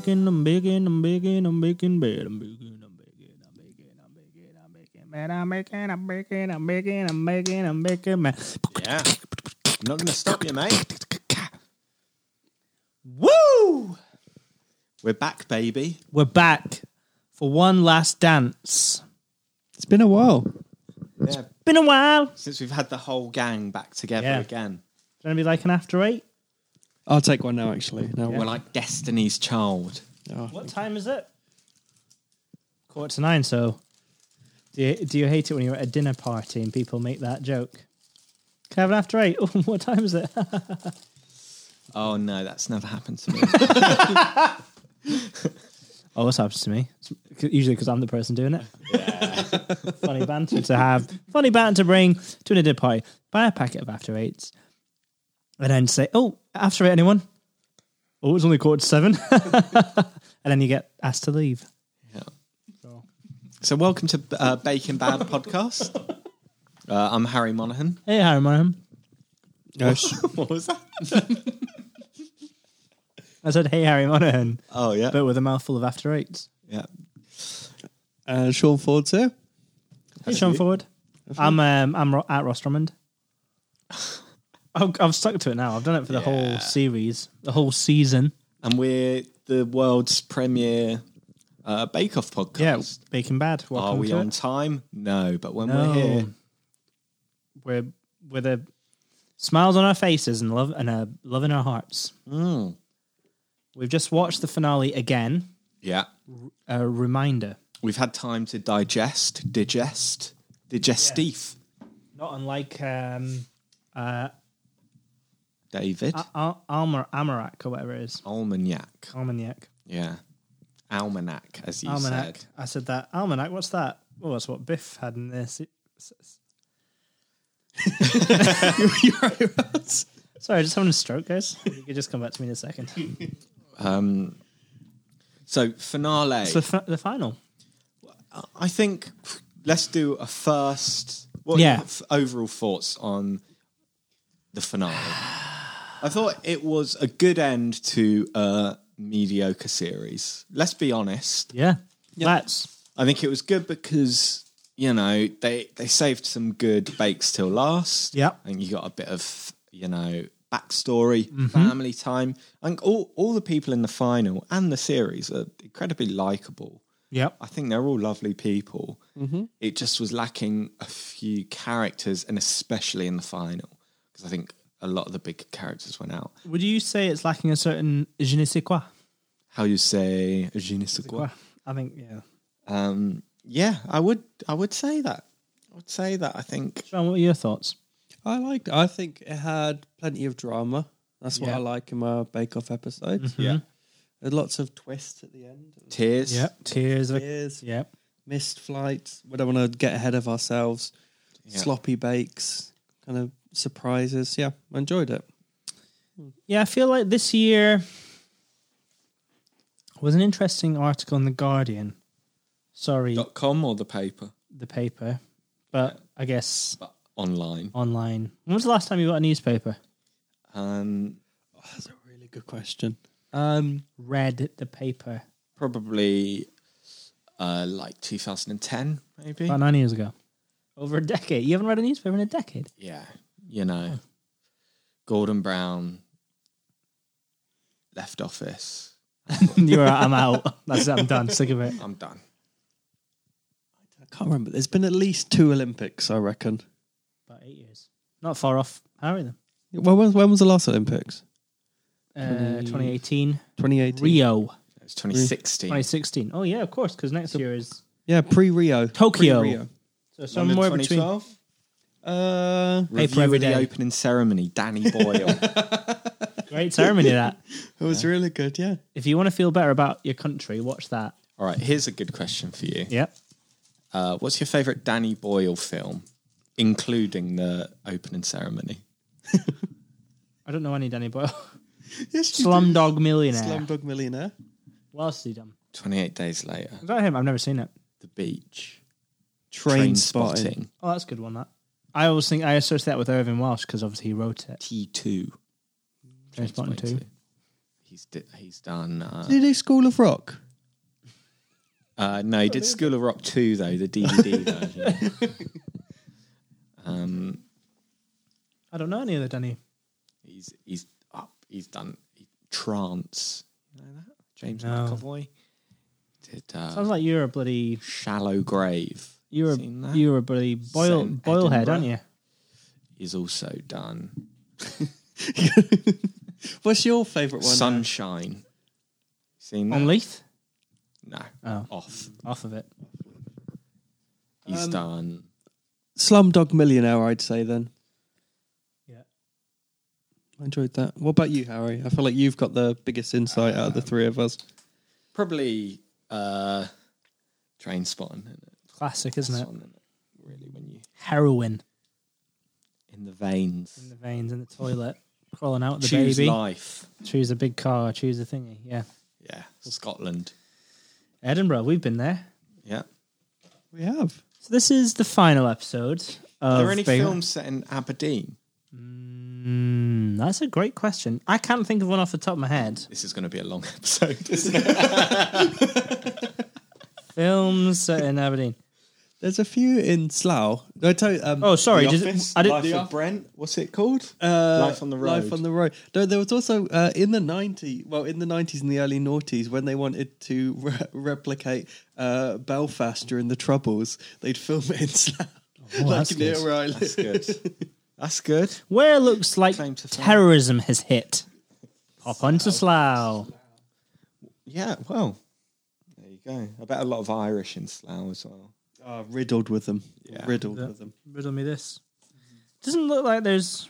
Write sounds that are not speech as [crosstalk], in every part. baking, I'm baking, I'm baking bread. I'm baking, I'm baking, I'm baking, I'm baking, I'm baking, man. I'm baking, I'm baking, I'm baking, I'm baking, I'm baking, man. Yeah. I'm not going to stop you, mate. Woo! We're back, baby. We're back for one last dance. It's been a while. Yeah. Been a while. It's Since we've had the whole gang back together Yeah. again. gonna be like an after eight. I'll take one oh. now, actually. No, We're like Destiny's Child. What time is it? Quarter to nine. So, do you, do you hate it when you're at a dinner party and people make that joke? Can I have an after eight? [laughs] Oh, what time is it? Oh, no, that's never happened to [laughs] me. oh, this happens to me. It's c- usually because I'm the person doing it. [laughs] funny banter to have, funny banter to bring to an dinner party. Buy a packet of after eights, and then say, "Oh, after eight, anyone?" Oh, it's only quarter to seven, [laughs] and then you get asked to leave. Yeah. So, welcome to uh, Bacon Bad Podcast. Uh, I'm Harry Monaghan. Hey, Harry Monaghan. [laughs] what was that? I said, "Hey, Harry Monaghan," Oh, yeah. but with a mouthful of after eights. yeah. Uh, Sean Ford's here. Hey, Sean Ford. I'm um, I'm Ro- at Ross Drummond. [laughs] I've, I've stuck to it now. I've done it for the Yeah. whole series, the whole season. And we're the world's premier uh, Bake Off podcast. Yeah, Bacon Bad. Welcome Are we to on it. time? No, but when No. we're here, We're with a smiles on our faces and love and a love in our hearts. Mm. We've just watched the finale again. yeah, A reminder, we've had time to digest, digest, digestif, not unlike um, David. Al- Almar- Amarak or whatever it is, Almanac. Almanac. Yeah. Almanac, as you Almanac. said. I said that. Almanac, what's that? Well, that's what Biff had in this. It- s- s- [laughs] Sorry, I just having a stroke, guys. You can just come back to me in a second. So, finale. It's the, fi- the final. I think let's do a first. What are Yeah. your f- overall thoughts on the [sighs] finale? I thought it was a good end to a mediocre series. Let's be honest. Yeah. That's I think it was good because you know they they saved some good bakes till last. Yeah. and you got a bit of you know backstory, family time, and all all the people in the final and the series are incredibly likable. yep. I think they're all lovely people. It just was lacking a few characters, and especially in the final, because I think a lot of the big characters went out. Would you say it's lacking a certain je ne sais quoi? How you say je ne sais quoi? I think yeah. Um, yeah, I would, I would say that. I would say that. I think John, what are your thoughts? I liked. I think it had plenty of drama. That's what Yeah. I like in my Bake Off episodes. Yeah. There's lots of twists at the end. tears. Tears. Of, Tears, yep. missed flights. We don't want to get ahead of ourselves. Yeah. Sloppy bakes, kind of surprises. Yeah, I enjoyed it. Yeah, I feel like this year was an interesting article in the Guardian. Sorry, Dot com or the paper, the paper, but I guess but online. online. When was the last time you got a newspaper? Um, Oh, that's a really good question. Um, Read the paper probably uh, like 2010, maybe. about nine years ago. Over a decade. You haven't read a newspaper in a decade. yeah, you Hmm. know, Gordon Brown left office. [laughs] You're right, [laughs] I'm out. That's it, I'm done. Sick of it. I'm done. I can't remember. There's been at least two Olympics, I reckon. About eight years. Not far off Harry then. When was, when was the last Olympics? Uh, 2018. 2018. Rio. It was 2016. 2016. Oh yeah, of course, because next year is Yeah, pre Rio. Tokyo. Pre-Rio. so London somewhere between. 2012? Uh, Review every of the day. opening ceremony, [laughs] Danny Boyle. [laughs] Great ceremony that. [laughs] it was really good. Yeah. If you want to feel better about your country, watch that. All right, here's a good question for you. Yep. Uh, what's your favourite Danny Boyle film, including the opening ceremony? I don't know any Danny [laughs] Boyle. Yes, you Slumdog did. Millionaire. Slumdog Millionaire. What else has he done? 28 Days Later, Is that him? I've never seen it. The Beach, Train, Oh, that's a good one. That I always think I associate that with Irving Welsh because obviously he wrote it. T2. Trainspotting 2. He's, di- he's done. Uh, Did he do School of Rock? [laughs] Uh, no, he did School of Rock 2, though, the [laughs] DVD version. um, I don't know any other Danny. he's he's up. He's done he, Trance. You know that? James No. McAvoy. Did uh, Sounds like you're a bloody Shallow Grave. you're a, Seen that? you're a bloody boil Sent boilhead, Edinburgh. aren't you? He's also done What's your favourite uh, one? Sunshine. Seen that? On Leith, No. Oh. Off. off of it. He's done. Slumdog Millionaire, I'd say then. Yeah. I enjoyed that. What about you, Harry? I feel like you've got the biggest insight out of the three of us. Probably uh, Train Spotting. Isn't it? Classic, isn't That's it? one, isn't it? Really, when you. Heroin In the veins. in the veins in the toilet, crawling out the Choose baby. life. Choose a big car. Choose a thingy. Yeah, Yeah. Scotland. Edinburgh. We've been there. Yeah. We have. So this is the final episode. Of Are there any Big- films set in Aberdeen? Mm, that's a great question. I can't think of one off the top of my head. This is going to be a long [laughs] episode, isn't it? Films set [laughs] in Aberdeen. There's a few in Slough. I tell you, um, Oh, sorry, The did- Office, I didn't. Life of Brent. What's it called? uh, Life on the Life Road. on the road. No, there was also uh, in the 90s, well, in the 90s and the early noughties, when they wanted to re- replicate uh, Belfast during the Troubles, they'd film it in [laughs] Slough. Oh, that's like near good. where I live. That's [laughs] good. That's good. Where it looks like Claim to fame. terrorism has hit. Pop onto Slough. Yeah. Well, there you go. I bet a lot of Irish in Slough as well. Oh, riddled with them. Yeah. Riddled Yeah. with them. Riddle me this. Doesn't look like there's.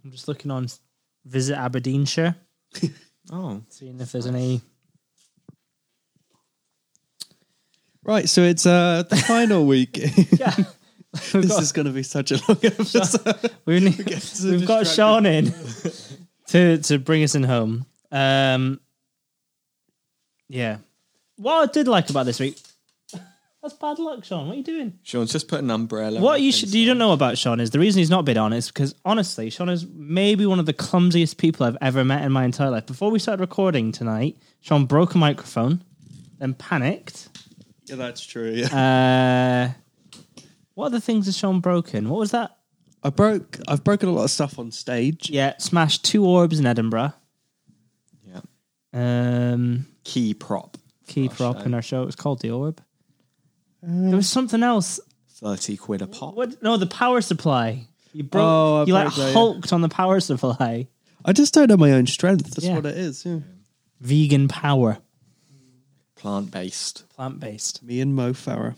Hmm. I'm just looking on Visit Aberdeenshire, Oh, seeing if there's any. Right, so it's uh, [laughs] the final week. Yeah. [laughs] [laughs] this is going to be such a long episode. [laughs] We need, so we've got distracted. Sean in [laughs] to to bring us in home. Um, yeah. What I did like about this week. That's bad luck, Sean. What are you doing? Sean's just put an umbrella. What on you things. should you don't know about Sean is the reason he's not been on is because honestly, Sean is maybe one of the clumsiest people I've ever met in my entire life. Before we started recording tonight, Sean broke a microphone, then panicked. yeah, that's true. Yeah. Uh, what other things has Sean broken? What was that? I broke. I've broken a lot of stuff on stage. Yeah, smashed two orbs in Edinburgh. Yeah. Um, Key prop. key prop in our show. It was called the Orb. there was something else. Thirty quid a pop. What? No, the power supply. You broke. Oh, I you like broke that, yeah. hulked on the power supply. I just don't know my own strength. That's Yeah. what it is. Yeah. Vegan power, Plant based. plant based. Me and Mo Farah.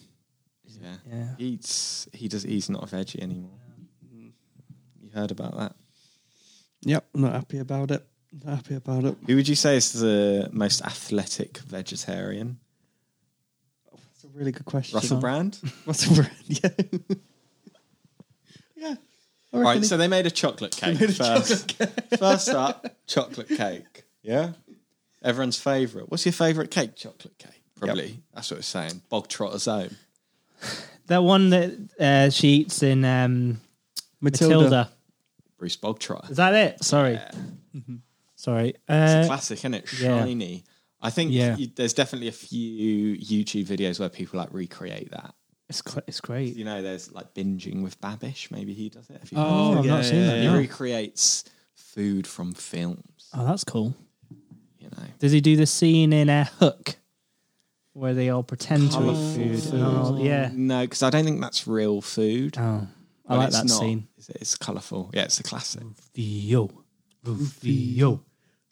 Yeah. Yeah. He Eats. He does. He's not a veggie anymore. You heard about that? Yep, not happy about it. Not happy about it. Who would you say is the most athletic vegetarian? That's a really good question. Russell Brand. Russell Brand. Yeah. [laughs] yeah. I reckon Right, he- so they made a [laughs] chocolate cake made a first. first up, chocolate cake. Yeah, everyone's favourite. What's your favourite cake? Chocolate cake, probably. That's what it's saying. Bog Trotter's own. That one that uh, she eats in um, Matilda. Tilda. Bruce Bog Trotter. Is that it? Sorry. Sorry. Uh, Classic, isn't it? yeah. Shiny. I think Yeah. you, there's definitely a few YouTube videos where people like recreate that. it's, cl- it's great. You know, there's like binging with Babish. Maybe he does it. Have you heard of Oh, Oh, I've yeah, not seen yeah, that. it? He no. recreates food from films. Oh, that's cool. You know, Does he do the scene in uh, Hook where they all pretend to Colourful eat food? food. and all- yeah. no, because I don't think that's real food. Oh, I But like it's that not, scene. is it? It's colourful. Yeah, it's a classic. Rufio. Rufio.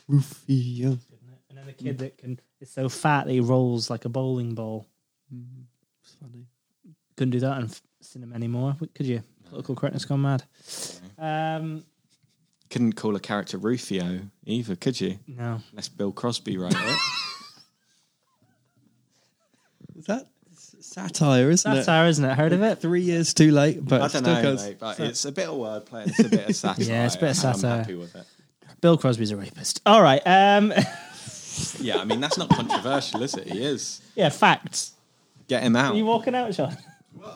Rufio. And then the kid that can is so fat that he rolls like a bowling ball. It's funny. Couldn't do that in f- cinema anymore, could you? Political correctness gone mad. Um, Couldn't call a character Rufio either, could you? no. Unless Bill Crosby [laughs] wrote it. Is that s- satire, isn't That's it? our, isn't it? Heard of it? Three years too late, but I still don't know, goes. [laughs] mate, but it's a bit of wordplay. and It's [laughs] a bit of satire. Yeah, it's a bit of and satire. I'm happy with it. Bill Crosby's a rapist. All right. Um, [laughs] Yeah, I mean that's not controversial, is it? He is. yeah, facts. Get him Are you out. walking out, Sean?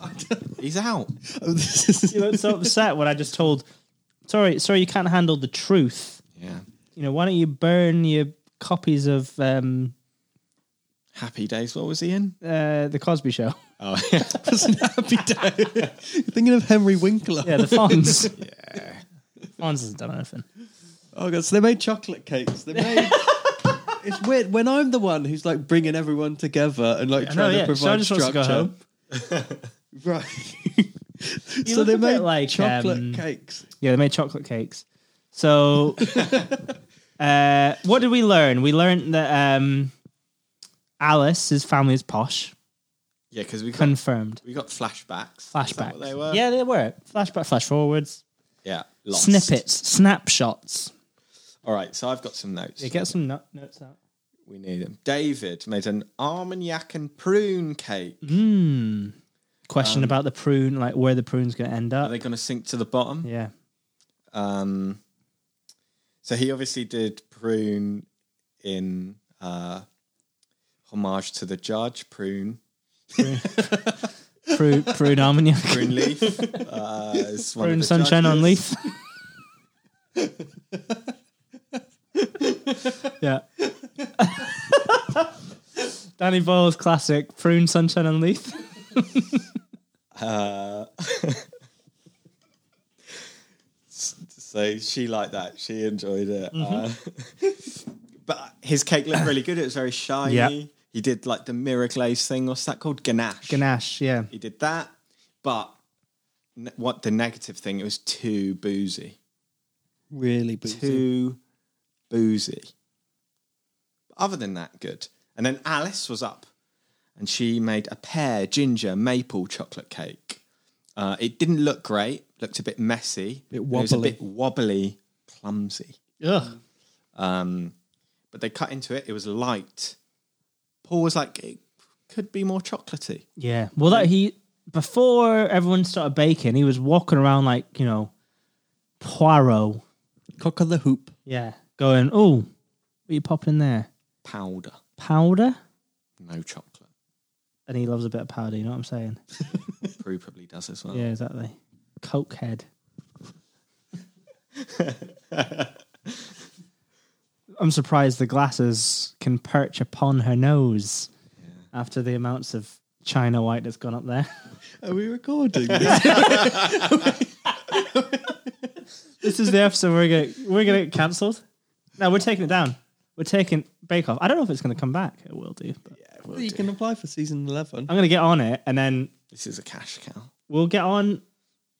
[laughs] He's out. Oh, this is- You looked so upset when I just told. Sorry, sorry, you can't handle the truth. Yeah. you know, why don't you burn your copies of um, Happy Days. What was he in? uh, the Cosby Show? [laughs] Oh, [laughs] Wasn't happy day. You're thinking of Henry Winkler. Yeah, the Fonz. [laughs] yeah. Fonz hasn't done anything. Oh god, so they made chocolate cakes. [laughs] They made. it's weird when I'm the one who's like bringing everyone together and like I know, trying yeah. to So I provide just wants structure. to go home. [laughs] [laughs] Right. so look they a bit made like, chocolate um, cakes. Yeah, they made chocolate cakes. So, [laughs] uh, what did we learn? We learned that um, Alice, his family is posh. Yeah, because we got, Confirmed. we got flashbacks. Is that Flashbacks. what they were? Yeah, they were. Flashback, flash forwards, Yeah. Lost. snippets, snapshots. All right, so I've got some notes. Yeah, get some no- notes out. We need them. David made an armagnac and prune cake. Mm-hmm. Question about the prune, like where the prune's going to end Are up. they going to sink to the bottom? yeah. Um, so he obviously did prune in uh, homage to the judge, prune, Prune, [laughs] prune armagnac. prune leaf. Uh, is one of Prune the sunshine on judges. leaf. [laughs] yeah. Danny Boyle's classic prune sunshine on leaf. Uh, so she liked that. She enjoyed it. Uh, [laughs] but his cake looked really good. It was very shiny. Mm-hmm. Yeah. He did like the mirror glaze thing. What's that called? Ganache. Ganache, yeah. He did that. But ne- what the negative thing? It was too boozy. Really boozy. Too boozy. Other than that, good. And then Alice was up and she made a pear ginger maple chocolate cake. Uh, it didn't look great, looked a bit messy. Bit and It was a wobbly. bit wobbly, clumsy. Ugh. Um, but they cut into it, it was light. Paul was like, it could be more chocolatey. Yeah. Well, that he before everyone started baking, he was walking around like you know, Poirot. Cock of the hoop. Yeah. Going, oh, what are you popping in there? Powder, Powder. no chocolate. And he loves a bit of powder. You know what I'm saying? Prue probably does as well. Yeah, exactly. Coke head. I'm surprised the glasses can perch upon her nose after the amounts of China white that's gone up there. [laughs] Are we recording? this? this is the episode we're gonna we're gonna get cancelled. No, we're taking it down. We're taking Bake Off. I don't know if it's gonna come back. It will do. But Will you do. can apply for season eleven. I'm gonna get on it, and then This is a cash cow. we'll get on.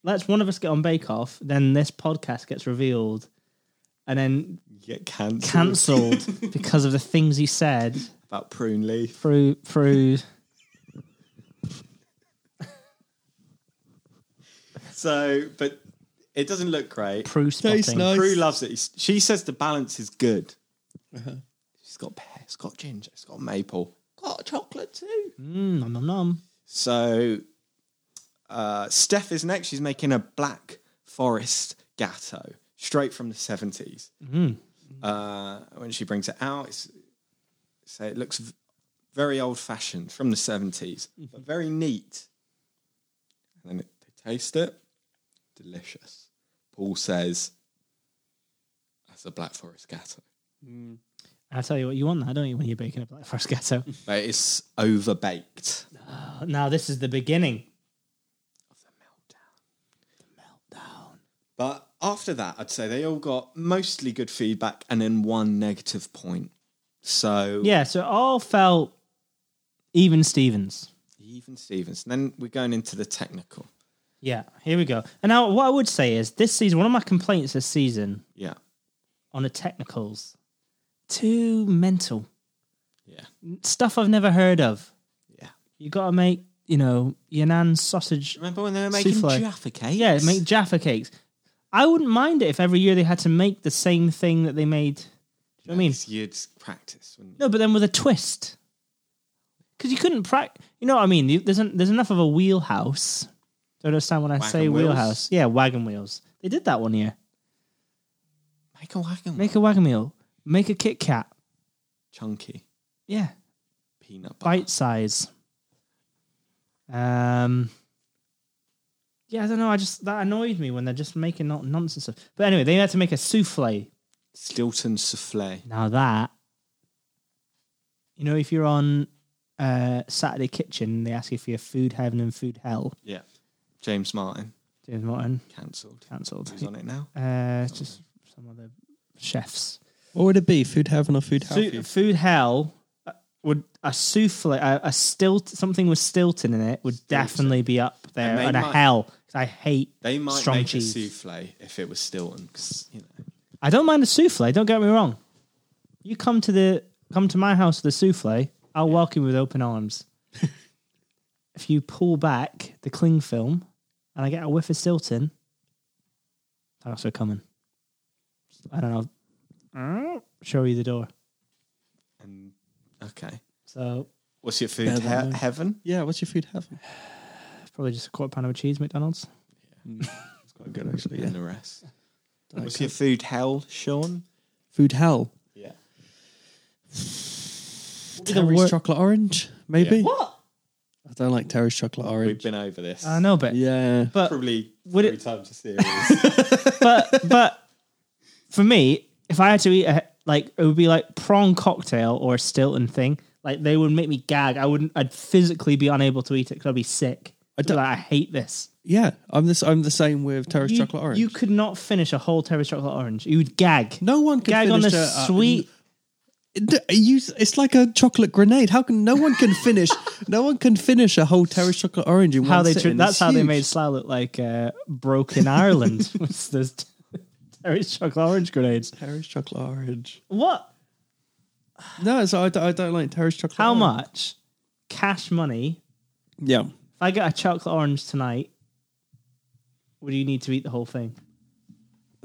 Let's one of us get on Bake Off. Then this podcast gets revealed, and then Get [laughs] cancelled. cancelled because of the things he said About prune leaf. through through. So, but it doesn't look great. Prue Tastes spotting. nice. Prue loves it. He's- She says the balance is good. She's got pear, it's got ginger, it's got maple, got chocolate too. Mm, nom nom nom. So uh, Steph is next. She's making a black forest gatto straight from the 70s. Uh, when she brings it out, it's, so it looks v- very old fashioned from the 70s, but very neat. And then it, they taste it. Delicious. Paul says, that's a black forest gatto. I tell you what, you want that, don't you, when you're baking a black forest ghetto? But it's over baked. [laughs] now this is the beginning. But after that, I'd say they all got mostly good feedback and then one negative point. So Yeah, so it all felt even Stevens. even Stevens. Then we're going into the technical. Yeah, here we go. And now, what I would say is this season, one of my complaints this season Yeah. on the technicals, too mental Yeah. stuff I've never heard of. Yeah. You got to make, you know, your nan's sausage. Remember when they were making Souffle. Jaffa cakes? Yeah, make Jaffa cakes. I wouldn't mind it if every year they had to make the same thing that they made. Do you know what I mean? You'd practice, wouldn't you? No, but then with a twist. Because you couldn't practice. You know what I mean? You, there's, an, there's enough of a wheelhouse. Don't understand when I Wagon say wheels? wheelhouse. Yeah, wagon wheels. They did that one year. Make a wagon. Make a wagon wheel. Make a Kit Kat. chunky Yeah, peanut butter. bite size. Um. Yeah, I don't know. I just that annoyed me when they're just making not nonsense stuff. But anyway, they had to make a souffle Stilton souffle. Now that you know, if you're on uh, Saturday Kitchen, they ask you for your food heaven and food hell. Yeah. James Martin James Martin cancelled. cancelled. Who's on it now? Uh, it's just some other chefs. What would it be? Food heaven or food hell? Food, food hell uh, would a souffle, a, a stilt, something with Stilton in it would definitely be up there. And they And, a might- hell. 'Cause I hate They might strong make cheese. a souffle if it was Stilton, 'cause, you know. I don't mind a souffle. Don't get me wrong. You come to the come to my house with a souffle, I'll welcome you with open [laughs] arms. if you pull back the cling film, and I get a whiff of Stilton, I'm also coming. I don't know. Show you the door. And okay, So what's your food? Better than He- mine. heaven. Yeah, what's your food heaven? it's probably just a quarter pound of cheese, McDonald's. It's quite good actually. And Yeah. the rest. What's your food? Hell, Sean. Food hell. Yeah. Terry's wor- chocolate orange, maybe. Yeah. What? I don't like Terry's chocolate We've orange. been over this. I know, but Yeah. but Probably Would three it- times a series. but [laughs] but for me, if I had to eat a like it would be like prawn cocktail or a Stilton thing. Like they would make me gag. I wouldn't. I'd physically be unable to eat it because I'd be sick. I don't- like, I hate this. Yeah. I'm this I'm the same with Terry's You, chocolate orange. you could not finish a whole Terry's chocolate orange. You would gag. no one can gag on finish the a- uh, a- sweet. D- you, it's like a chocolate grenade. How can no one can finish? no one can finish a whole Terry's chocolate orange in how one they sitting. tri- that's It's how they huge. made Slough look like uh, broken [laughs] Ireland. with those t- Terry's chocolate orange grenades. Terry's chocolate orange. What? No, so I, d- I don't like Terry's chocolate. How orange. much? Cash money Yeah, If I get a chocolate orange tonight, would you need to eat the whole thing?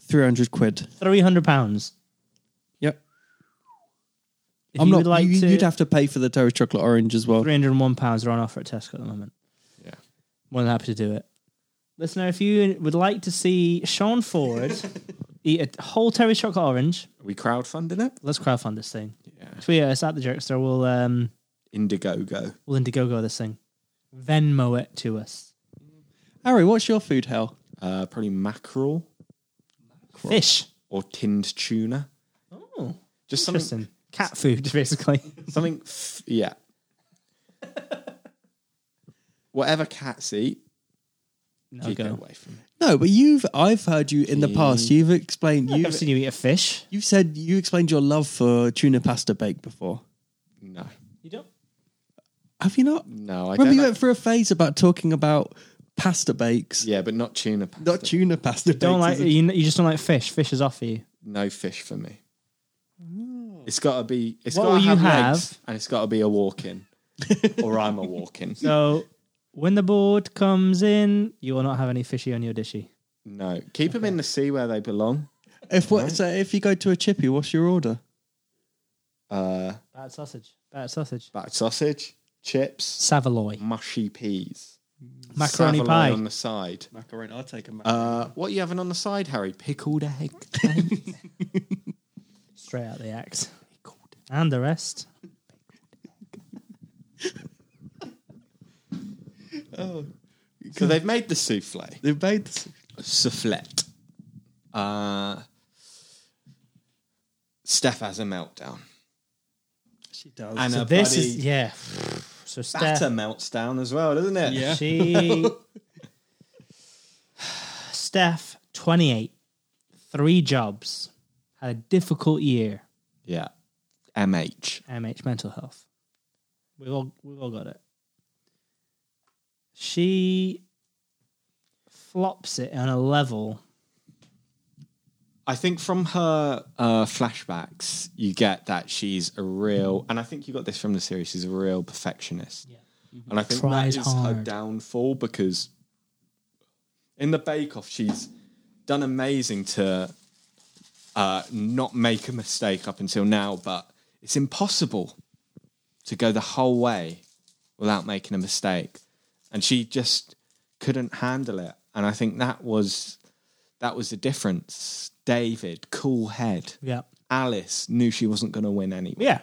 three hundred quid. Three hundred pounds. Yep. If I'm you not. would like you, to, You'd have to pay for the Terry's chocolate orange as well. three hundred and one pounds are on offer at Tesco at the moment. Yeah. more than happy to do it. Listener, if you would like to see Sean [laughs] Ford eat a whole Terry chocolate orange, Are [laughs] we crowdfunding it? let's crowdfund this thing. Yeah. Tweet us at the Jerkster. We'll um, Indiegogo. we'll Indiegogo this thing. Venmo it to us. Harry, what's your food hell? Uh, probably mackerel Fish. or tinned tuna. Oh, Just something. interesting. Cat food, [laughs] basically. Something. F- yeah. Whatever cats eat, No you get go. away from it. No, but you've. I've heard you in the past. You've explained. I've You've seen you eat a fish. you've said you explained your love for tuna pasta bake before. No, You don't. Have you not? no. Mm, I Remember don't you like- went through a phase about talking about pasta bakes. yeah, but not tuna. Pasta. Not tuna pasta. don't like bakes, is it? you, you just don't like fish fish is off [laughs] for you no fish for me. It's got to be. Mm. It's What got to will you have, have? legs, and it's got to be [laughs] a walk-in, or I'm a walk-in. so when the board comes in you will not have any fishy on your dishy No, keep them in the sea where they belong. If what, so if you go to a chippy, what's your order? Uh, bad sausage bad sausage back sausage, chips, savoy mushy peas, macaroni Mm. Savoy pie on the side. Macaroni. I'll take a macaroni. Uh, what are you having on the side, Harry? Pickled [laughs] egg. straight out the act and the rest so they've made the souffle. They've made this. Soufflet. Uh, Steph has a meltdown. She does. And a this bloody is yeah so batter Steph melts down as well, doesn't it? [laughs] Yeah. she Steph 28 three jobs had a difficult year Yeah. MH. MH mental health. We've all we've all got it. She flops it on a level. I think from her uh, flashbacks, you get that she's a real, and I think you got this from the series. She's a real perfectionist, Yeah. and I think Tries that is her hard. downfall because in the Bake Off, she's done amazing to uh, not make a mistake up until now, but it's impossible to go the whole way without making a mistake, and she just couldn't handle it. And I think that was that was the difference. David, cool head. Yeah. Alice knew she wasn't going to win anyway. Yeah.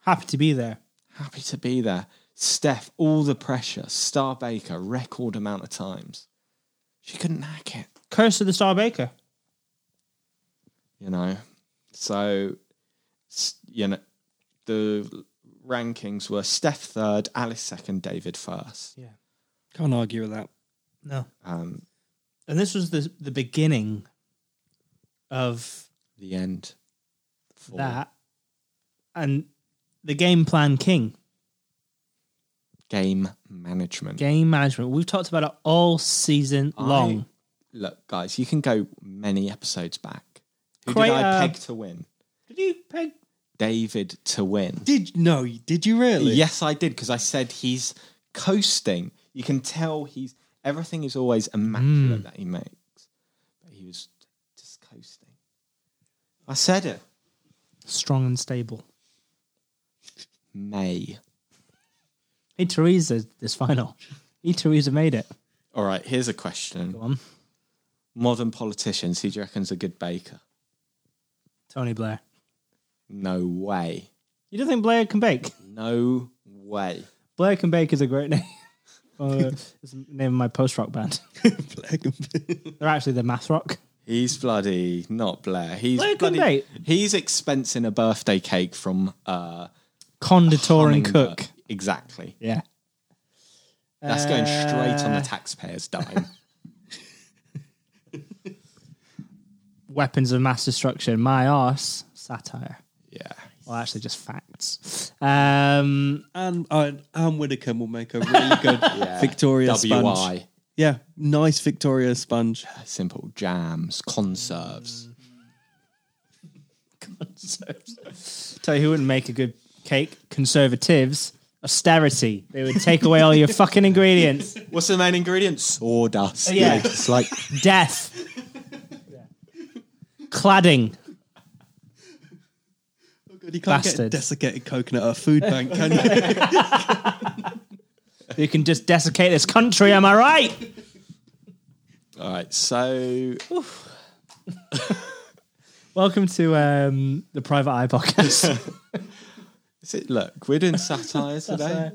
Happy to be there. Happy to be there. Steph, all the pressure. Star Baker, record amount of times. She couldn't hack it, Curse of the Star Baker. you know. So, s- you know, the rankings were Steph third, Alice second, David first. Yeah. Can't argue with that. No. Um, And this was the the beginning of the end. for- that. And the game plan king, game management. game management. We've talked about it all season I- long. Look, guys, you can go many episodes back. Who Quite, did I uh, peg to win? Did you peg? David to win. Did no? Did you really? Yes, I did because I said he's coasting. You can tell he's everything is always immaculate Hmm. that he makes, but he was just coasting. I said it. Strong and stable. May. Hey, Teresa, this final. [laughs] Hey, Teresa made it. All right. Here's a question: Go on. Modern politicians, who do you reckon's a good baker? Tony Blair. No way. You don't think Blair can bake? No way. Blair can bake is a great [laughs] name. Uh, it's the name of my post rock band. [laughs] Black and- They're actually the math rock. He's bloody not Blair. He's Blair couldn't bloody, bake. He's expensing a birthday cake from uh, Conditor and Hummingbird. cook. Exactly. Yeah. That's going straight on Uh, the taxpayer's [laughs] dime. Weapons of mass destruction. My arse. Satire. yeah. Well, actually, just facts. Um, [laughs] and and Anne Widdecombe will make a really good Victoria sponge. WI. Yeah, nice Victoria sponge. Simple jams, conserves. tell you who wouldn't make a good cake. Conservatives. Austerity. They would take away all your fucking ingredients. What's the main ingredient? Sawdust. Yeah. Like, it's like Death. Cladding. Oh, God, you can't get a Bastard. desiccated coconut at a food bank, can you? You can just desiccate this country, am I right? all right. So Welcome to um, the Private Eye [laughs] podcast. is it? Look, we're doing [laughs] satire today.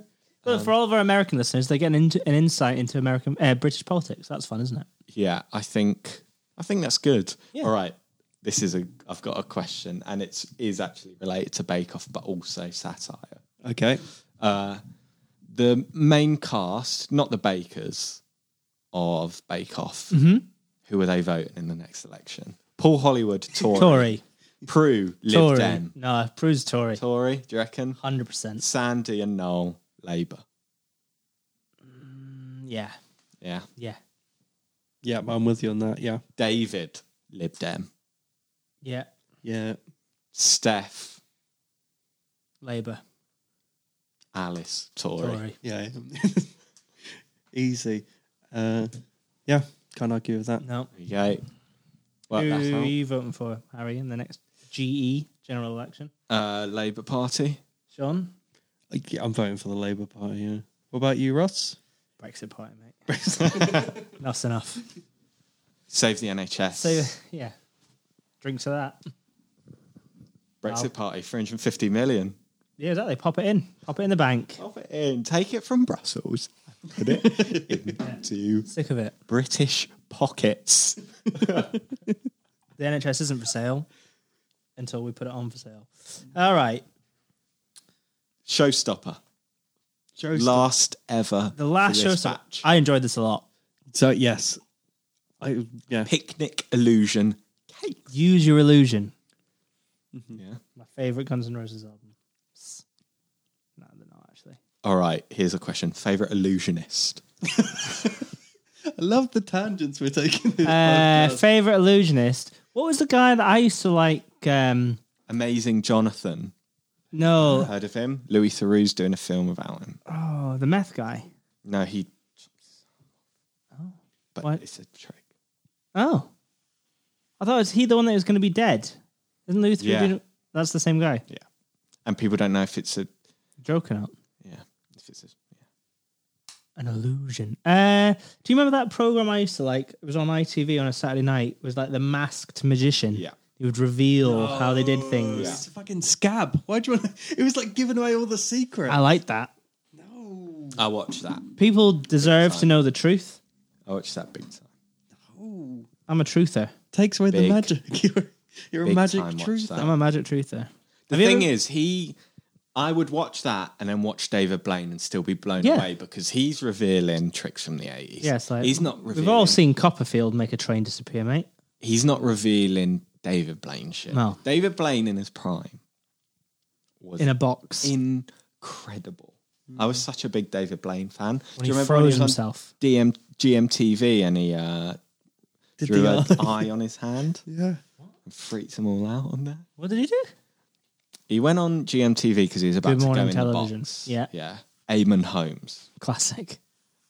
Look, for all of our American listeners, they get an, int- an insight into American uh, British politics. That's fun, isn't it? yeah, I think I think that's good. Yeah. All right. This is a. I've got a question, and it's is actually related to Bake Off, but also satire. okay. the main cast, not the bakers, of Bake Off. Mm-hmm. Who are they voting in the next election? Paul Hollywood, Tory. Tory. Prue, Lib Tory. Dem. No, Prue's Tory. Tory, do you reckon? 100%. Sandy and Noel, Labour. Yeah. Yeah. Yeah. Yeah, I'm with you on that. Yeah. David, Lib Dem. Yeah. Yeah. Steph, Labour. Alice, Tory. Tory. Yeah. [laughs] Easy. Uh, yeah. Can't argue with that. No. There you go. Work Who that are out. you voting for, Harry, in the next GE general election? Uh, Labour Party. Sean? I- yeah, I'm voting for the Labour Party. Yeah. What about you, Ross? Brexit Party, mate. [laughs] That's enough. Save the NHS. So, yeah. Drink to that. Brexit Party, 350 million. Yeah, exactly. Pop it in. Pop it in the bank. Pop it in. Take it [laughs] from Brussels. Put it into Sick of it. British pockets. The NHS isn't for sale until we put it on for sale. All right. Showstopper. Joe's Last ever. The last for show. this So batch. I enjoyed this a lot. So yes, I yeah. Picnic illusion. Use Your Illusion. Yeah. My favourite Guns N' Roses album. S- No, they're not actually. All right. Here's a question. Favorite illusionist. [laughs] I love the tangents we're taking. This Uh, podcast. favourite illusionist. What was the guy that I used to like? Um, Amazing Jonathan. no. Heard of him? Louis Theroux's doing a film about him. Oh, the meth guy. No, he. But What? it's a trick. Oh. I thought it was he the one that was going to be dead. Isn't Luther? Yeah. doing- That's the same guy. And people don't know if it's a. Joking up. Yeah. If it's a. Yeah. An illusion. Uh, do you remember that program I used to like? It was on ITV on a Saturday night. It was like the Masked Magician. Yeah. He would reveal how they did things. It's a fucking scab. Why do you want? To, it was like giving away all the secrets. I like that. no. I watched that. People deserve to know the truth. I watched that big time. Ooh. I'm a truther. Takes away Big. the magic. [laughs] You're a Big magic time watch truth. that. I'm a magic truther. The Have you thing ever- is, he, I would watch that and then watch David Blaine and still be blown Yeah. away because he's revealing tricks from the eighties. yes, like, he's not revealing. We've all seen Copperfield make a train disappear, mate. He's not revealing David Blaine shit. No. David Blaine in his prime was In a box. incredible. I was such a big David Blaine fan. when he froze himself. DM, GMTV and he uh, Did drew uh, the an eye. eye on his hand Yeah. and freaked them all out on there? What did he do? He went on GMTV because he was about Good to go Morning in Television. the box. Yeah. yeah. Eamon Holmes, Classic.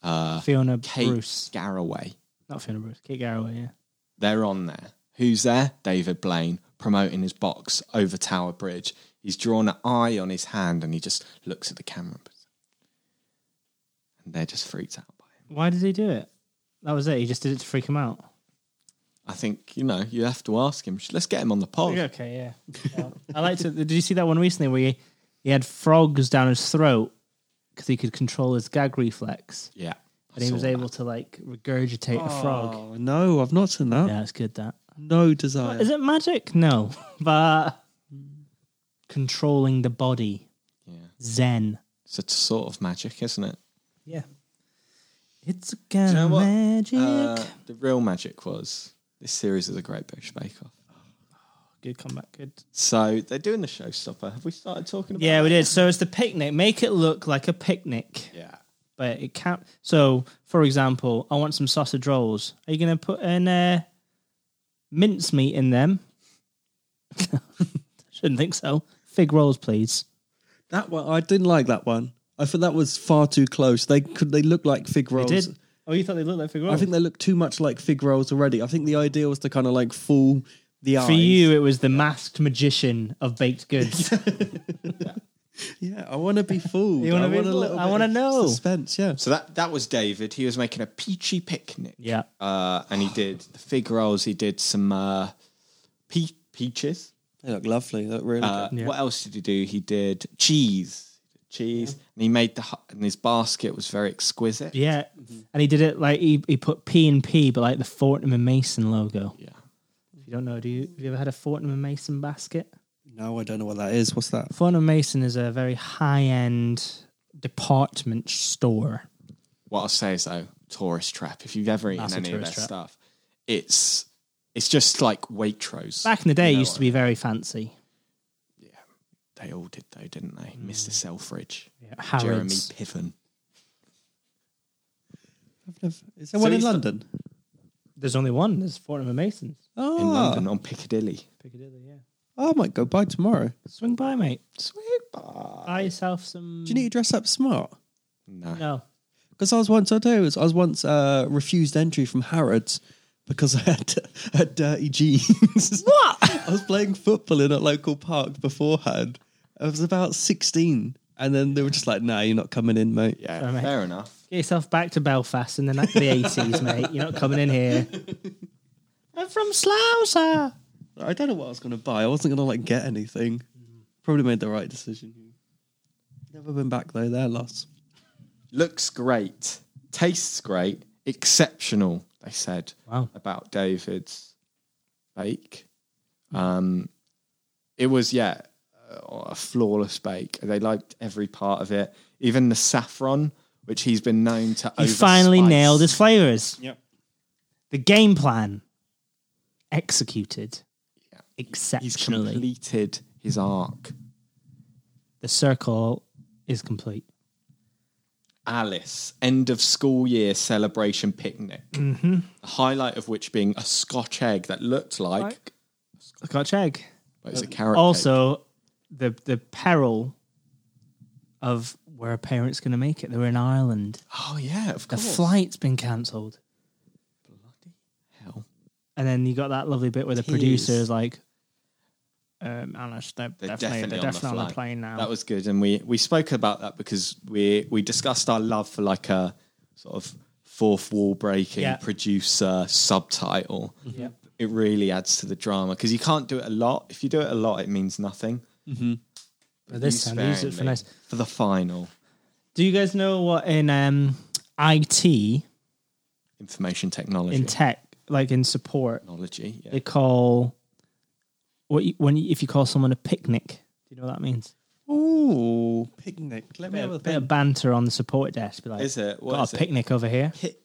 uh, Fiona Kate Bruce. Garraway. Not Fiona Bruce. Kate Garraway, yeah. They're on there. Who's there? David Blaine promoting his box over Tower Bridge. He's drawn an eye on his hand and he just looks at the camera. And they're just freaked out by him. Why did he do it? That was it. He just did it to freak him out. I think, you know, you have to ask him. Let's get him on the pod. Oh, Okay, Okay, yeah. Well, I liked it. Did you see that one recently where he, he had frogs down his throat because he could control his gag reflex, Yeah. I and he saw was that. able to like regurgitate a frog. Oh, no, I've not seen that. Yeah, it's good. That No desire. is it magic? No, [laughs] but controlling the body, Yeah. Zen. It's a t- sort of magic, isn't it? Yeah, it's a kind you know of what? magic. Uh, the real magic was this series is a great British Bake Off. good comeback. Good. So they're doing the showstopper. Have we started talking about Yeah, it? we did. So it's the picnic. Make it look like a picnic. Yeah. but it can't. So, for example, I want some sausage rolls. Are you going to put in uh, mincemeat in them? [laughs] Shouldn't think so. Fig rolls, please. That one, I didn't like that one. I thought that was far too close. They could. They look like fig rolls. Did oh, you thought they looked like fig rolls? I think they look too much like fig rolls already. I think the idea was to kind of like fool the eyes. for you it was the masked magician of baked [laughs] goods. yeah. I want [laughs] to be fooled. You wanna I be want a fooled? little I bit wanna of know. suspense. Yeah. So that that was David. He was making a peachy picnic. yeah, Uh, and he did the fig rolls. He did some uh, pe- peaches. They look lovely. They look really Uh, Yeah. What else did he do? He did cheese. Cheese. And he made the hu- and his basket was very exquisite. yeah. And he did it like he, he put P and P, but like the Fortnum and Mason logo. Yeah. If you don't know, do you have you ever had a Fortnum and Mason basket? good. No, I don't know what that is. What's that? Fortnum and Mason is a very high end department store. What I'll say is though, tourist trap. If you've ever eaten Massive any of their tourist trap. stuff, it's it's just like Waitrose. Back in the day, You it know used to be very fancy. They all did though, didn't they? Mr. Selfridge, Jeremy Mm. Harrods. Piven. I've never, is there one in he's- London? There's only one. There's Fortnum and Masons. Oh, in London on Piccadilly. Piccadilly, yeah. I might go by tomorrow. Swing by, mate. Sweet bar. Buy yourself some. Do you need to dress up smart? No. No. Because I was once, I tell you, I was once uh, refused entry from Harrods because [laughs] I had, I had dirty jeans. [laughs] What? I was playing football in a local park beforehand. I was about 16. And then they were just like, nah, you're not coming in, mate. Yeah, Sorry, mate. fair enough. Get yourself back to Belfast in the, ni- the 80s, mate. You're not coming in here. I'm from Slough, sir. I don't know what I was going to buy. I wasn't going to like get anything. Probably made the right decision. Never been back though, their loss. Looks great, tastes great, exceptional. They said Wow. about David's bake. Um, it was yeah, uh, a flawless bake. They liked every part of it, even the saffron, which he's been known to. He finally overspice. nailed his flavors. Yep. The game plan executed Yeah. He's exceptionally. completed his arc. The circle is complete. Alice end of school year celebration picnic. Mm-hmm. The highlight of which being a Scotch egg that looked like, I got check. but it's a carrot. cake. also the the peril of where a parent's going to make it. They were in Ireland. oh yeah, of The course. flight's been cancelled, Hell. and then you got that lovely bit where the Tears. producer is like, um, "Alice, they're, They're definitely, definitely, they're definitely on, the flight. plane now." That was good, and we we spoke about that because we we discussed our love for like a sort of fourth wall breaking Yeah. Mm-hmm. producer subtitle. Yep. It really adds to the drama because you can't do it a lot. If you do it a lot, it means nothing. But this time, they used it for Sparingly. nice. for the final Do you guys know what in um, IT in information technology. tech, like in support, technology. Yeah. they call what you, when you, if you call someone a picnic. Do you know what that means? Ooh, picnic. Let me Bit, have a of- bit of think. banter on the support desk. Be like, Is it? What got is a it? picnic over here. Pi-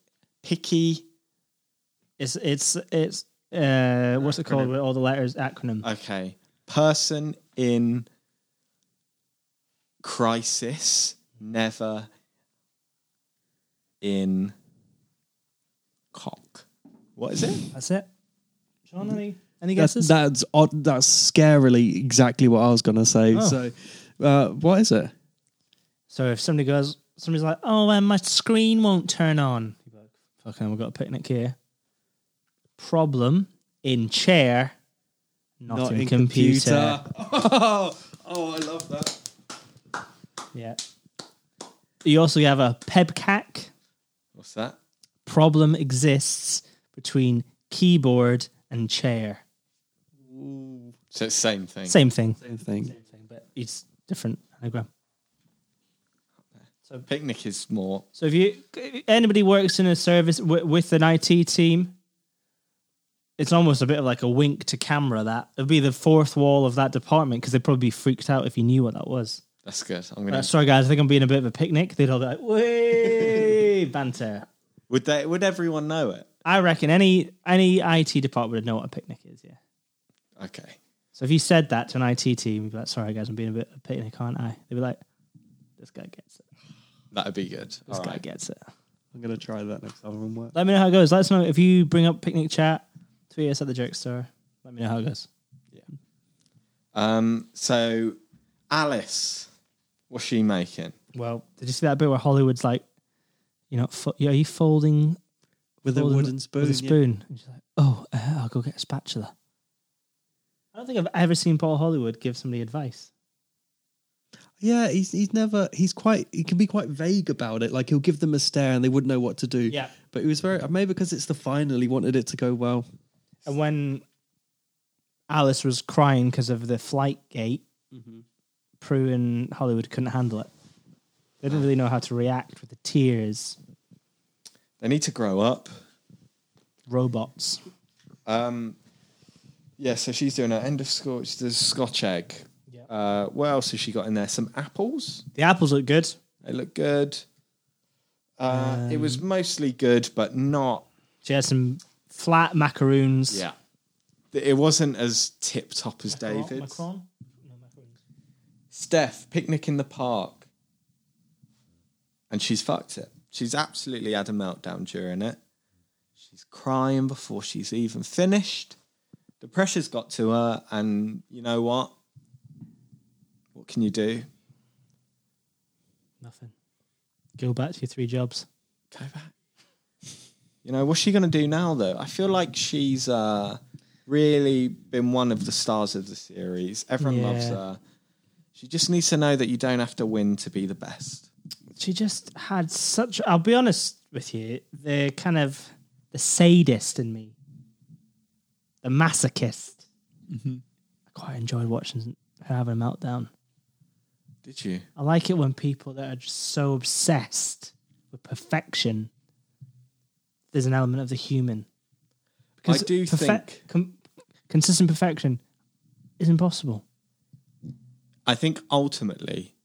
picky. It's it's it's uh, what's it called Acronym. with all the letters acronym? Okay. Person in crisis, never in cock. What is it? That's it. Sean, any any That's, guesses? that's odd. That's scarily exactly what I was gonna say. Oh. So, uh, what is it? So if somebody goes, somebody's like, "Oh, um, my screen won't turn on." You're like, Fucking, we've got a picnic here. Problem in chair, not, in, computer. [laughs] oh, oh, I love that. Yeah. You also have a pebcac. What's that? Problem exists between keyboard and chair. So it's same thing. Same thing. Same thing. Same thing, but it's different anagram. Picnic is more. So if you anybody works in a service w- with an IT team, it's almost a bit of like a wink to camera. That it'd be the fourth wall of that department because they'd probably be freaked out if you knew what that was. That's good. I'm gonna. Uh, sorry guys, I think I'm being a bit of a picnic. They'd all be like, [laughs] "Way banter." would they? Would everyone know it? I reckon any any IT department would know what a picnic is. Yeah. Okay. So if you said that to an IT team, you'd be like, "Sorry guys, I'm being a bit of a picnic, aren't I?" They'd be like, "This guy gets it. That would be good. This All guy right. gets it." I'm gonna try that next time I'm at work. Let me know how it goes. Let us know if you bring up picnic chat. Tweet us at the joke store. Let me know how it goes. Um. So, Alice, what's she making? Well, did you see that bit where Hollywood's like, you know, fo- yeah, are you folding With a folding wooden spoon. With a yeah. spoon? And she's like, oh, uh, I'll go get a spatula. I don't think I've ever seen Paul Hollywood give somebody advice. Yeah, he's he's never he's quite he can be quite vague about it. Like he'll give them a stare and they wouldn't know what to do. Yeah. But he was very maybe because it's the final, he wanted it to go well. And when Alice was crying because of the flight gate, Mm-hmm. Prue and Hollywood couldn't handle it. They didn't really know how to react with the tears. They need to grow up. Robots. Um, yeah, so she's doing her end of school. She does Scotch egg. Yeah. Uh, what else has she got in there? Some apples. The apples look good. They look good. Uh, it was mostly good, but not. She had some flat macaroons. Th- It wasn't as tip top as David's. Steph, picnic in the park. And she's fucked it. She's absolutely had a meltdown during it. She's crying before she's even finished. The pressure's got to her, and you know what? What can you do? Nothing. Go back to your three jobs. Go back. You know, what's she going to do now, though? I feel like she's uh, really been one of the stars of the series. Everyone Yeah. loves her. She just needs to know that you don't have to win to be the best. She just had such. I'll be honest with you. The kind of the sadist in me, the masochist. I quite enjoyed watching her having a meltdown. Did you? I like it when people that are just so obsessed with perfection. There's an element of the human. I do think- com- consistent perfection is impossible. I think ultimately,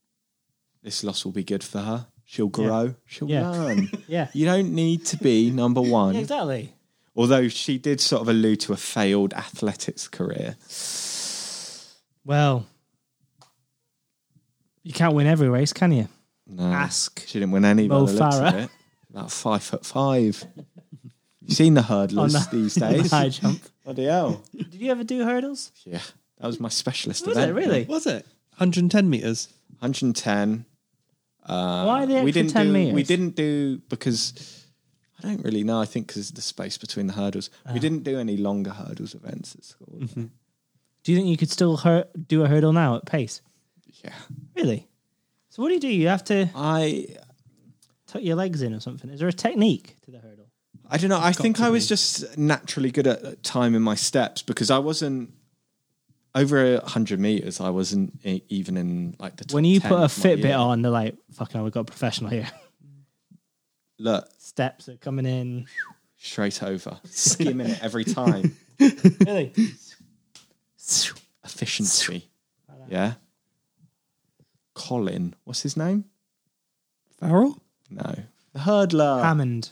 this loss will be good for her. She'll grow. She'll Yeah. [laughs] learn. Yeah. you don't need to be number one. Yeah, exactly. Although she did sort of allude to a failed athletics career. Well, you can't win every race, can you? No, Ask. she didn't win any. By Mo the looks of Farah. it, about five foot five. You've seen [laughs] the hurdlers On the- these on the days. high jump. [laughs] Bloody hell! [laughs] Did you ever do hurdles? Yeah, that was my specialist Was event. it really? Was it? 110 meters. 110. Uh, Why the we extra didn't 10 do, We metres? didn't do because I don't really know. I think because the space between the hurdles, Uh. we didn't do any longer hurdles events at school. Mm-hmm. Do you think you could still hur- do a hurdle now at pace? Yeah, Really? So what do you do? You have to I tuck your legs in or something. Is there a technique to the hurdle? I don't know. I think I was just naturally good at timing my steps because I wasn't over hundred meters. I wasn't e- even in like the top When you 10 put a of my Fitbit year. on, they're like, "Fucking, hell, we've got a professional here." [laughs] Look, Steps are coming in. [laughs] straight over, skimming it every time. Really? efficiency. Yeah. Colin, what's his name? Farrell? No, the hurdler. Hammond.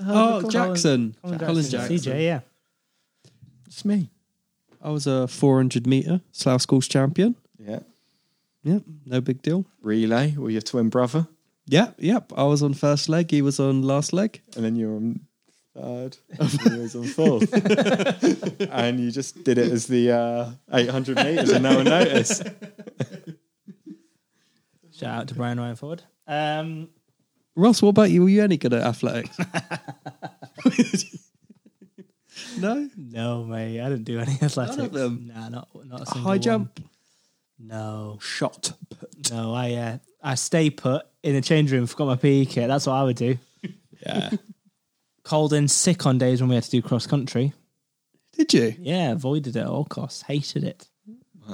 Oh, Jackson. Colin Jackson. CJ, yeah. It's me. I was a 400 meter Slough Schools champion. Yeah. Yep, no big deal. Relay, or your twin brother, Yep, yep. I was on first leg. He was on last leg. and then you're on [laughs] third, and he was on fourth, and you just did it as the uh, 800 meters, and no one noticed. Shout out to Brian Ryan Ford. Um, Ross, what about you? Were you any good at athletics? no. no, mate, I didn't do any [laughs] athletics. them. Nah, not not a single High one. jump. No, Shot. no, I uh, I stay put in the change room, forgot my PE kit. That's what I would do. [laughs] Yeah. Cold and sick on days when we had to do cross country. Did you? Yeah, avoided it at all costs. Hated it.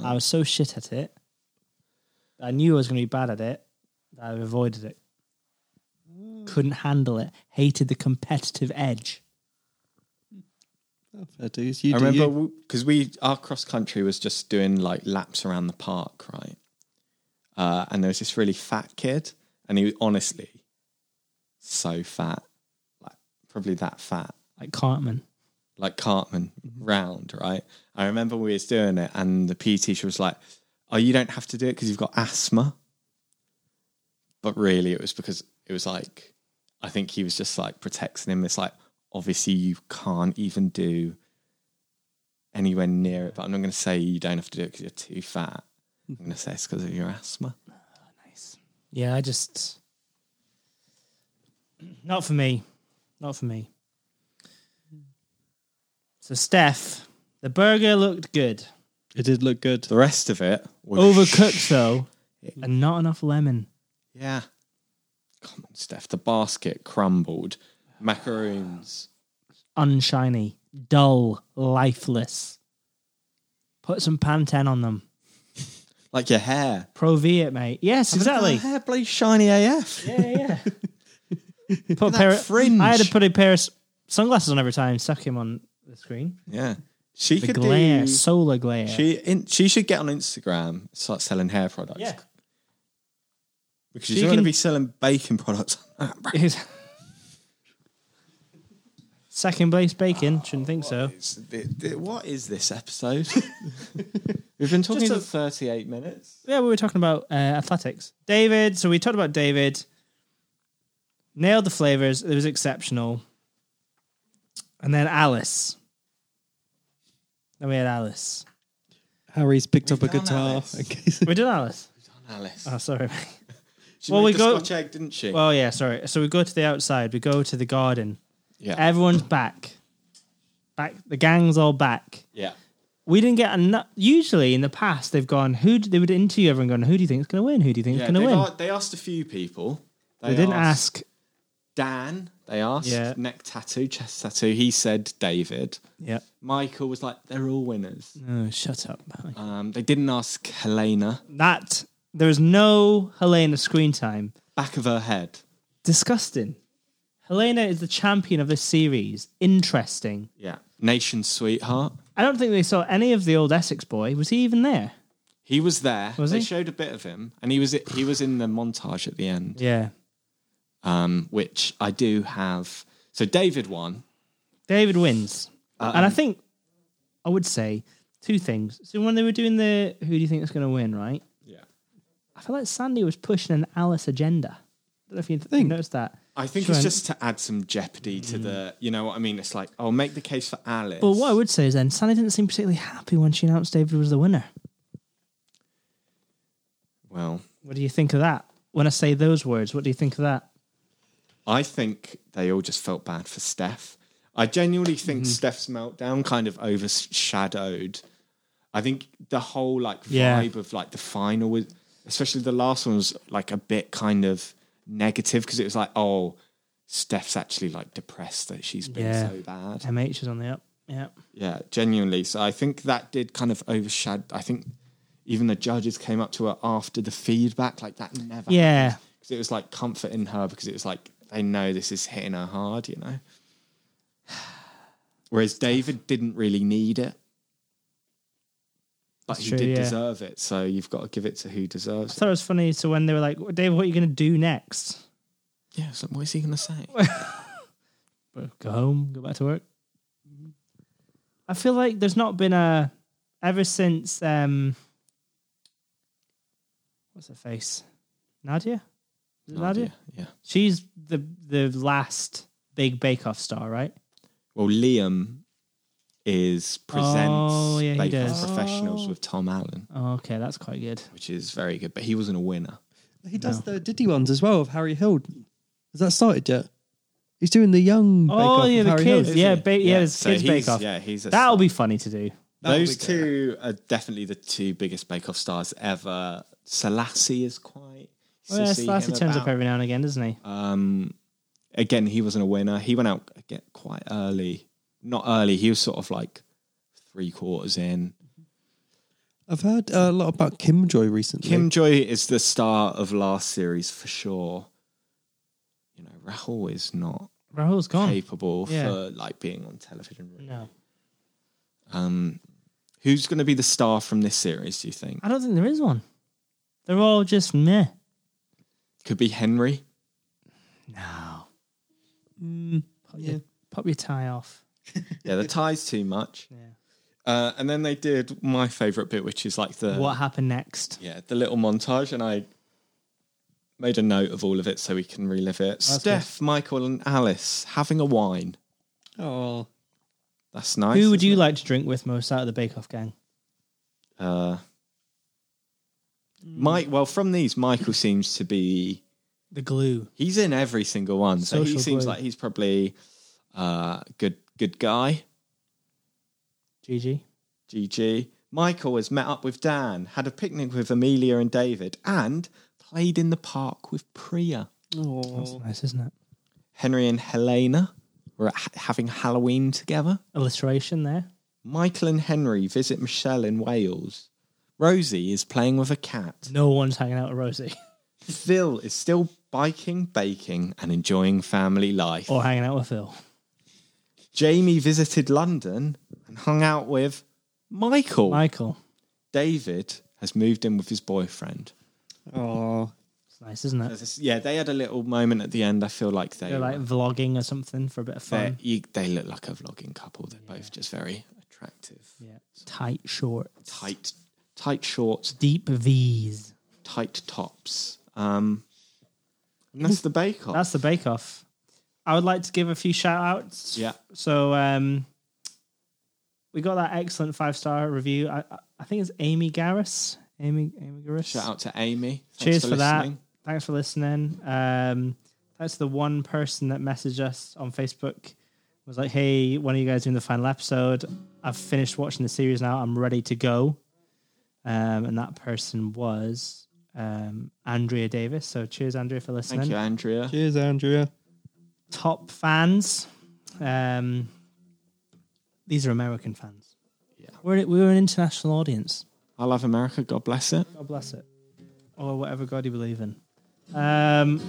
I was so shit at it. I knew I was going to be bad at it. I avoided it. Couldn't handle it. Hated the competitive edge. Oh, fair dues. You I do you. remember because we our cross country was just doing like laps around the park, right? Uh, and there was this really fat kid, and he was honestly so fat, like probably that fat, Like Cartman. like Cartman round, right? I remember we was doing it, and the PE teacher was like, "Oh, you don't have to do it because you've got asthma." But really, it was because it was like, I think he was just like protecting him. It's like, obviously, you can't even do anywhere near it. But I'm not going to say you don't have to do it because you're too fat. I'm going to say it's because of your asthma. Yeah, I just not for me, not for me. So Steph, the burger looked good, It did look good. The rest of it was overcooked though, and not enough lemon. Yeah. Come on, Steph. The basket crumbled. Macaroons. Unshiny, dull, lifeless. Put some Pantene on them. Like your hair. Provi it, mate. Yes, exactly. Our hair plays shiny AF. Yeah, [laughs] yeah. [laughs] yeah. put a that pair of, fringe. I had to put a pair of s- sunglasses on every time, stuck him on the screen. Yeah. She The could glare, do. solar glare. she in, she should get on Instagram, start selling hair products. [laughs] yeah. Because She she's going to can- be selling baking products. [laughs] Is [laughs] second place bacon? Shouldn't think so. It's- th- th- what is this episode? [laughs] We've been talking Just for a- 38 minutes. Yeah, we were talking about uh, athletics. David. So we talked about David. Nailed the flavors. It was exceptional. And then Alice. Then we had Alice. Harry's picked up a done guitar. [laughs] Alice. [laughs] Okay. We did Alice. Alice. Oh, sorry. she well, made we the go- Scotch egg, didn't she? Well, yeah, sorry. So we go to the outside. We go to the garden. yeah. Everyone's back. Back. The gang's all back. yeah. we didn't get enough. Usually in the past, they've gone who do, they would interview everyone, gone who do you think is going to win? Who do you think Yeah, is going to they've win? a- they asked a few people. they didn't asked- ask. Dan, they asked. Yeah. Neck tattoo, chest tattoo. He said David. Yeah. Michael was like, they're all winners. Oh, shut up. Um, they didn't ask Helena. That there was no Helena screen time. Back of her head. Disgusting. Helena is the champion of this series. Interesting. Yeah. Nation sweetheart. I don't think they saw any of the old Essex boy. Was he even there? He was there. Was they he? showed a bit of him, and he was he was in the montage at the end, Yeah. um, which I do have. So David won. David wins. and I think I would say two things. So when they were doing the who do you think is going to win, right? Yeah. I feel like Sandy was pushing an Alice agenda. I don't know if you noticed that. I think Sure. it's just to add some jeopardy to the, you know what I mean? It's like, oh, make the case for Alice. But what I would say is then Sandy didn't seem particularly happy when she announced David was the winner. Well, What do you think of that? When I say those words, what do you think of that? I think they all just felt bad for Steph. I genuinely Mm-hmm. think Steph's meltdown kind of overshadowed. I think the whole like vibe Yeah. of like the final was, especially the last one was like a bit kind of negative because it was like, oh, Steph's actually like depressed that she's been Yeah. so bad. MH is on the up. Yeah. Yeah, genuinely. So I think that did kind of overshadow. I think even the judges came up to her after the feedback, like that never. Yeah. because it was like comforting her because it was like they know this is hitting her hard, you know. [sighs] Whereas David didn't really need it. but That's he true, did yeah. deserve it. So you've got to give it to who I deserves it. thought it was funny. So when they were like, "David, what are you going to do next?" Yeah, so what is he going [laughs] to say? go home, go back to work. I feel like there's not been a ever since um what's her face? Nadia? Is it Nadia? Yeah. She's the the last big bake off star, right? Well, Liam is presents Oh, yeah, he Bake Off does. Professionals Oh. with Tom Allen, Oh, okay, that's quite good. which is very good. But he wasn't a winner. He does No. the Diddy ones as well of Harry Hill. Has that started yet? He's doing the young. Bake Oh Off yeah, with the Harry kids. Hill. Yeah, ba- yeah, there's so kids he's- bake off. Yeah, he's a That'll star. be funny to do. That'll Those be two are definitely the two biggest Bake Off stars ever. Selassie is quite. Oh, yeah, to see Slashy him turns up about. every now and again, doesn't he? Um, again, he wasn't a winner. He went out again quite early. Not early. He was sort of like three quarters in. I've heard uh, a lot about Kim Joy recently. Kim Joy is the star of last series for sure. You know, Rahul is not Rahul's gone. capable Yeah. for like being on television. really. No. Um, who's going to be the star from this series? Do you think I don't think there is one. They're all just meh. could be Henry? No. Mm, Pop, yeah. your, pop your tie off. Yeah, the tie's too much. Yeah. Uh, and then they did my favorite bit, which is like the what happened next? Uh, yeah the little montage, and I made a note of all of it so we can relive it. Steph, Michael, and Alice having a wine. Oh, That's nice. Who would isn't you it? like to drink with most out of the Bake Off gang? Uh, Mm. Mike. Well, from these, Michael seems to be The glue. he's in every single one, so he Social seems glue. like he's probably uh, good good guy. GG. GG. Michael has met up with Dan, had a picnic with Amelia and David, and played in the park with Priya. That's oh. nice, isn't it? Henry and Helena were ha- having Halloween together. Alliteration there. Michael and Henry visit Michelle in Wales. Rosie is playing with a cat. No one's hanging out with Rosie [laughs] Phil is still biking, baking, and enjoying family life. or hanging out with Phil. Jamie visited London and hung out with Michael. Michael. David has moved in with his boyfriend. oh, It's nice, isn't it? There's this- yeah, they had a little moment at the end. I feel like they They're like vlogging or something for a bit of they fun. you, they look like a vlogging couple. They're both just very attractive. Yeah. Tight shorts. Tight, tight shorts, Deep V's. tight tops. Um, and that's the Bake Off. That's the Bake Off. I would like to give a few shout outs. Yeah. So um, we got that excellent five star review. I, I- I think it's Amy Garris. Amy Amy Garris. Shout out to Amy. Thanks Cheers for, that. listening. Thanks for listening. Um, that's the one person that messaged us on Facebook was like, "Hey, when are you guys doing the final episode? I've finished watching the series now. I'm ready to go." Um, and that person was um, Andrea Davis. So cheers, Andrea, for listening. Thank you, Andrea. cheers, Andrea. Top fans. Um, these are American fans. Yeah. We're we're an international audience. I love America. God bless it. God bless it. Or whatever God you believe in. Um,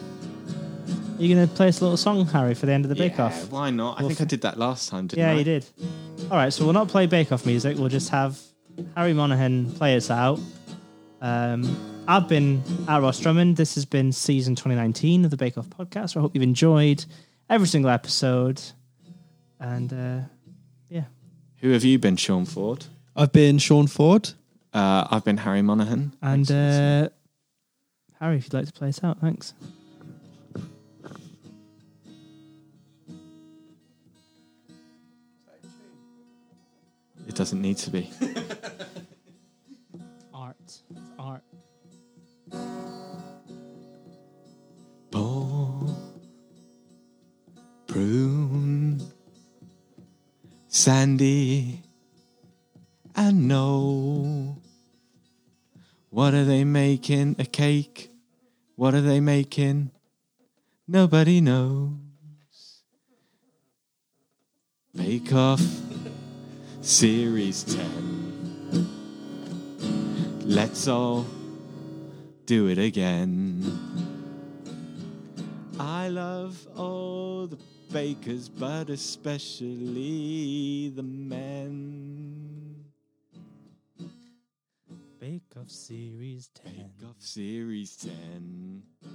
are you going to play us a little song, Harry, for the end of the Bake Yeah, Off? Why not? I Well, think I did that last time, didn't Yeah, I? you did. All right, so we'll not play Bake Off music. We'll just have Harry Monaghan play us out. Um, I've been at Ross Drummond. This has been season 2019 of the Bake Off podcast. I hope you've enjoyed every single episode. And uh, yeah, Who have you been, Sean Ford? I've been Sean Ford. Uh, I've been Harry Monaghan. and uh, Harry, if you'd like to play us out, thanks. It doesn't need to be. Art, art. Ball, prune, sandy, and no. What are they making? A cake? What are they making? Nobody knows. Bake Off, Series 10. Let's all do it again. I love all the bakers, but especially the men. Bake Off Series 10. Bake Off Series 10.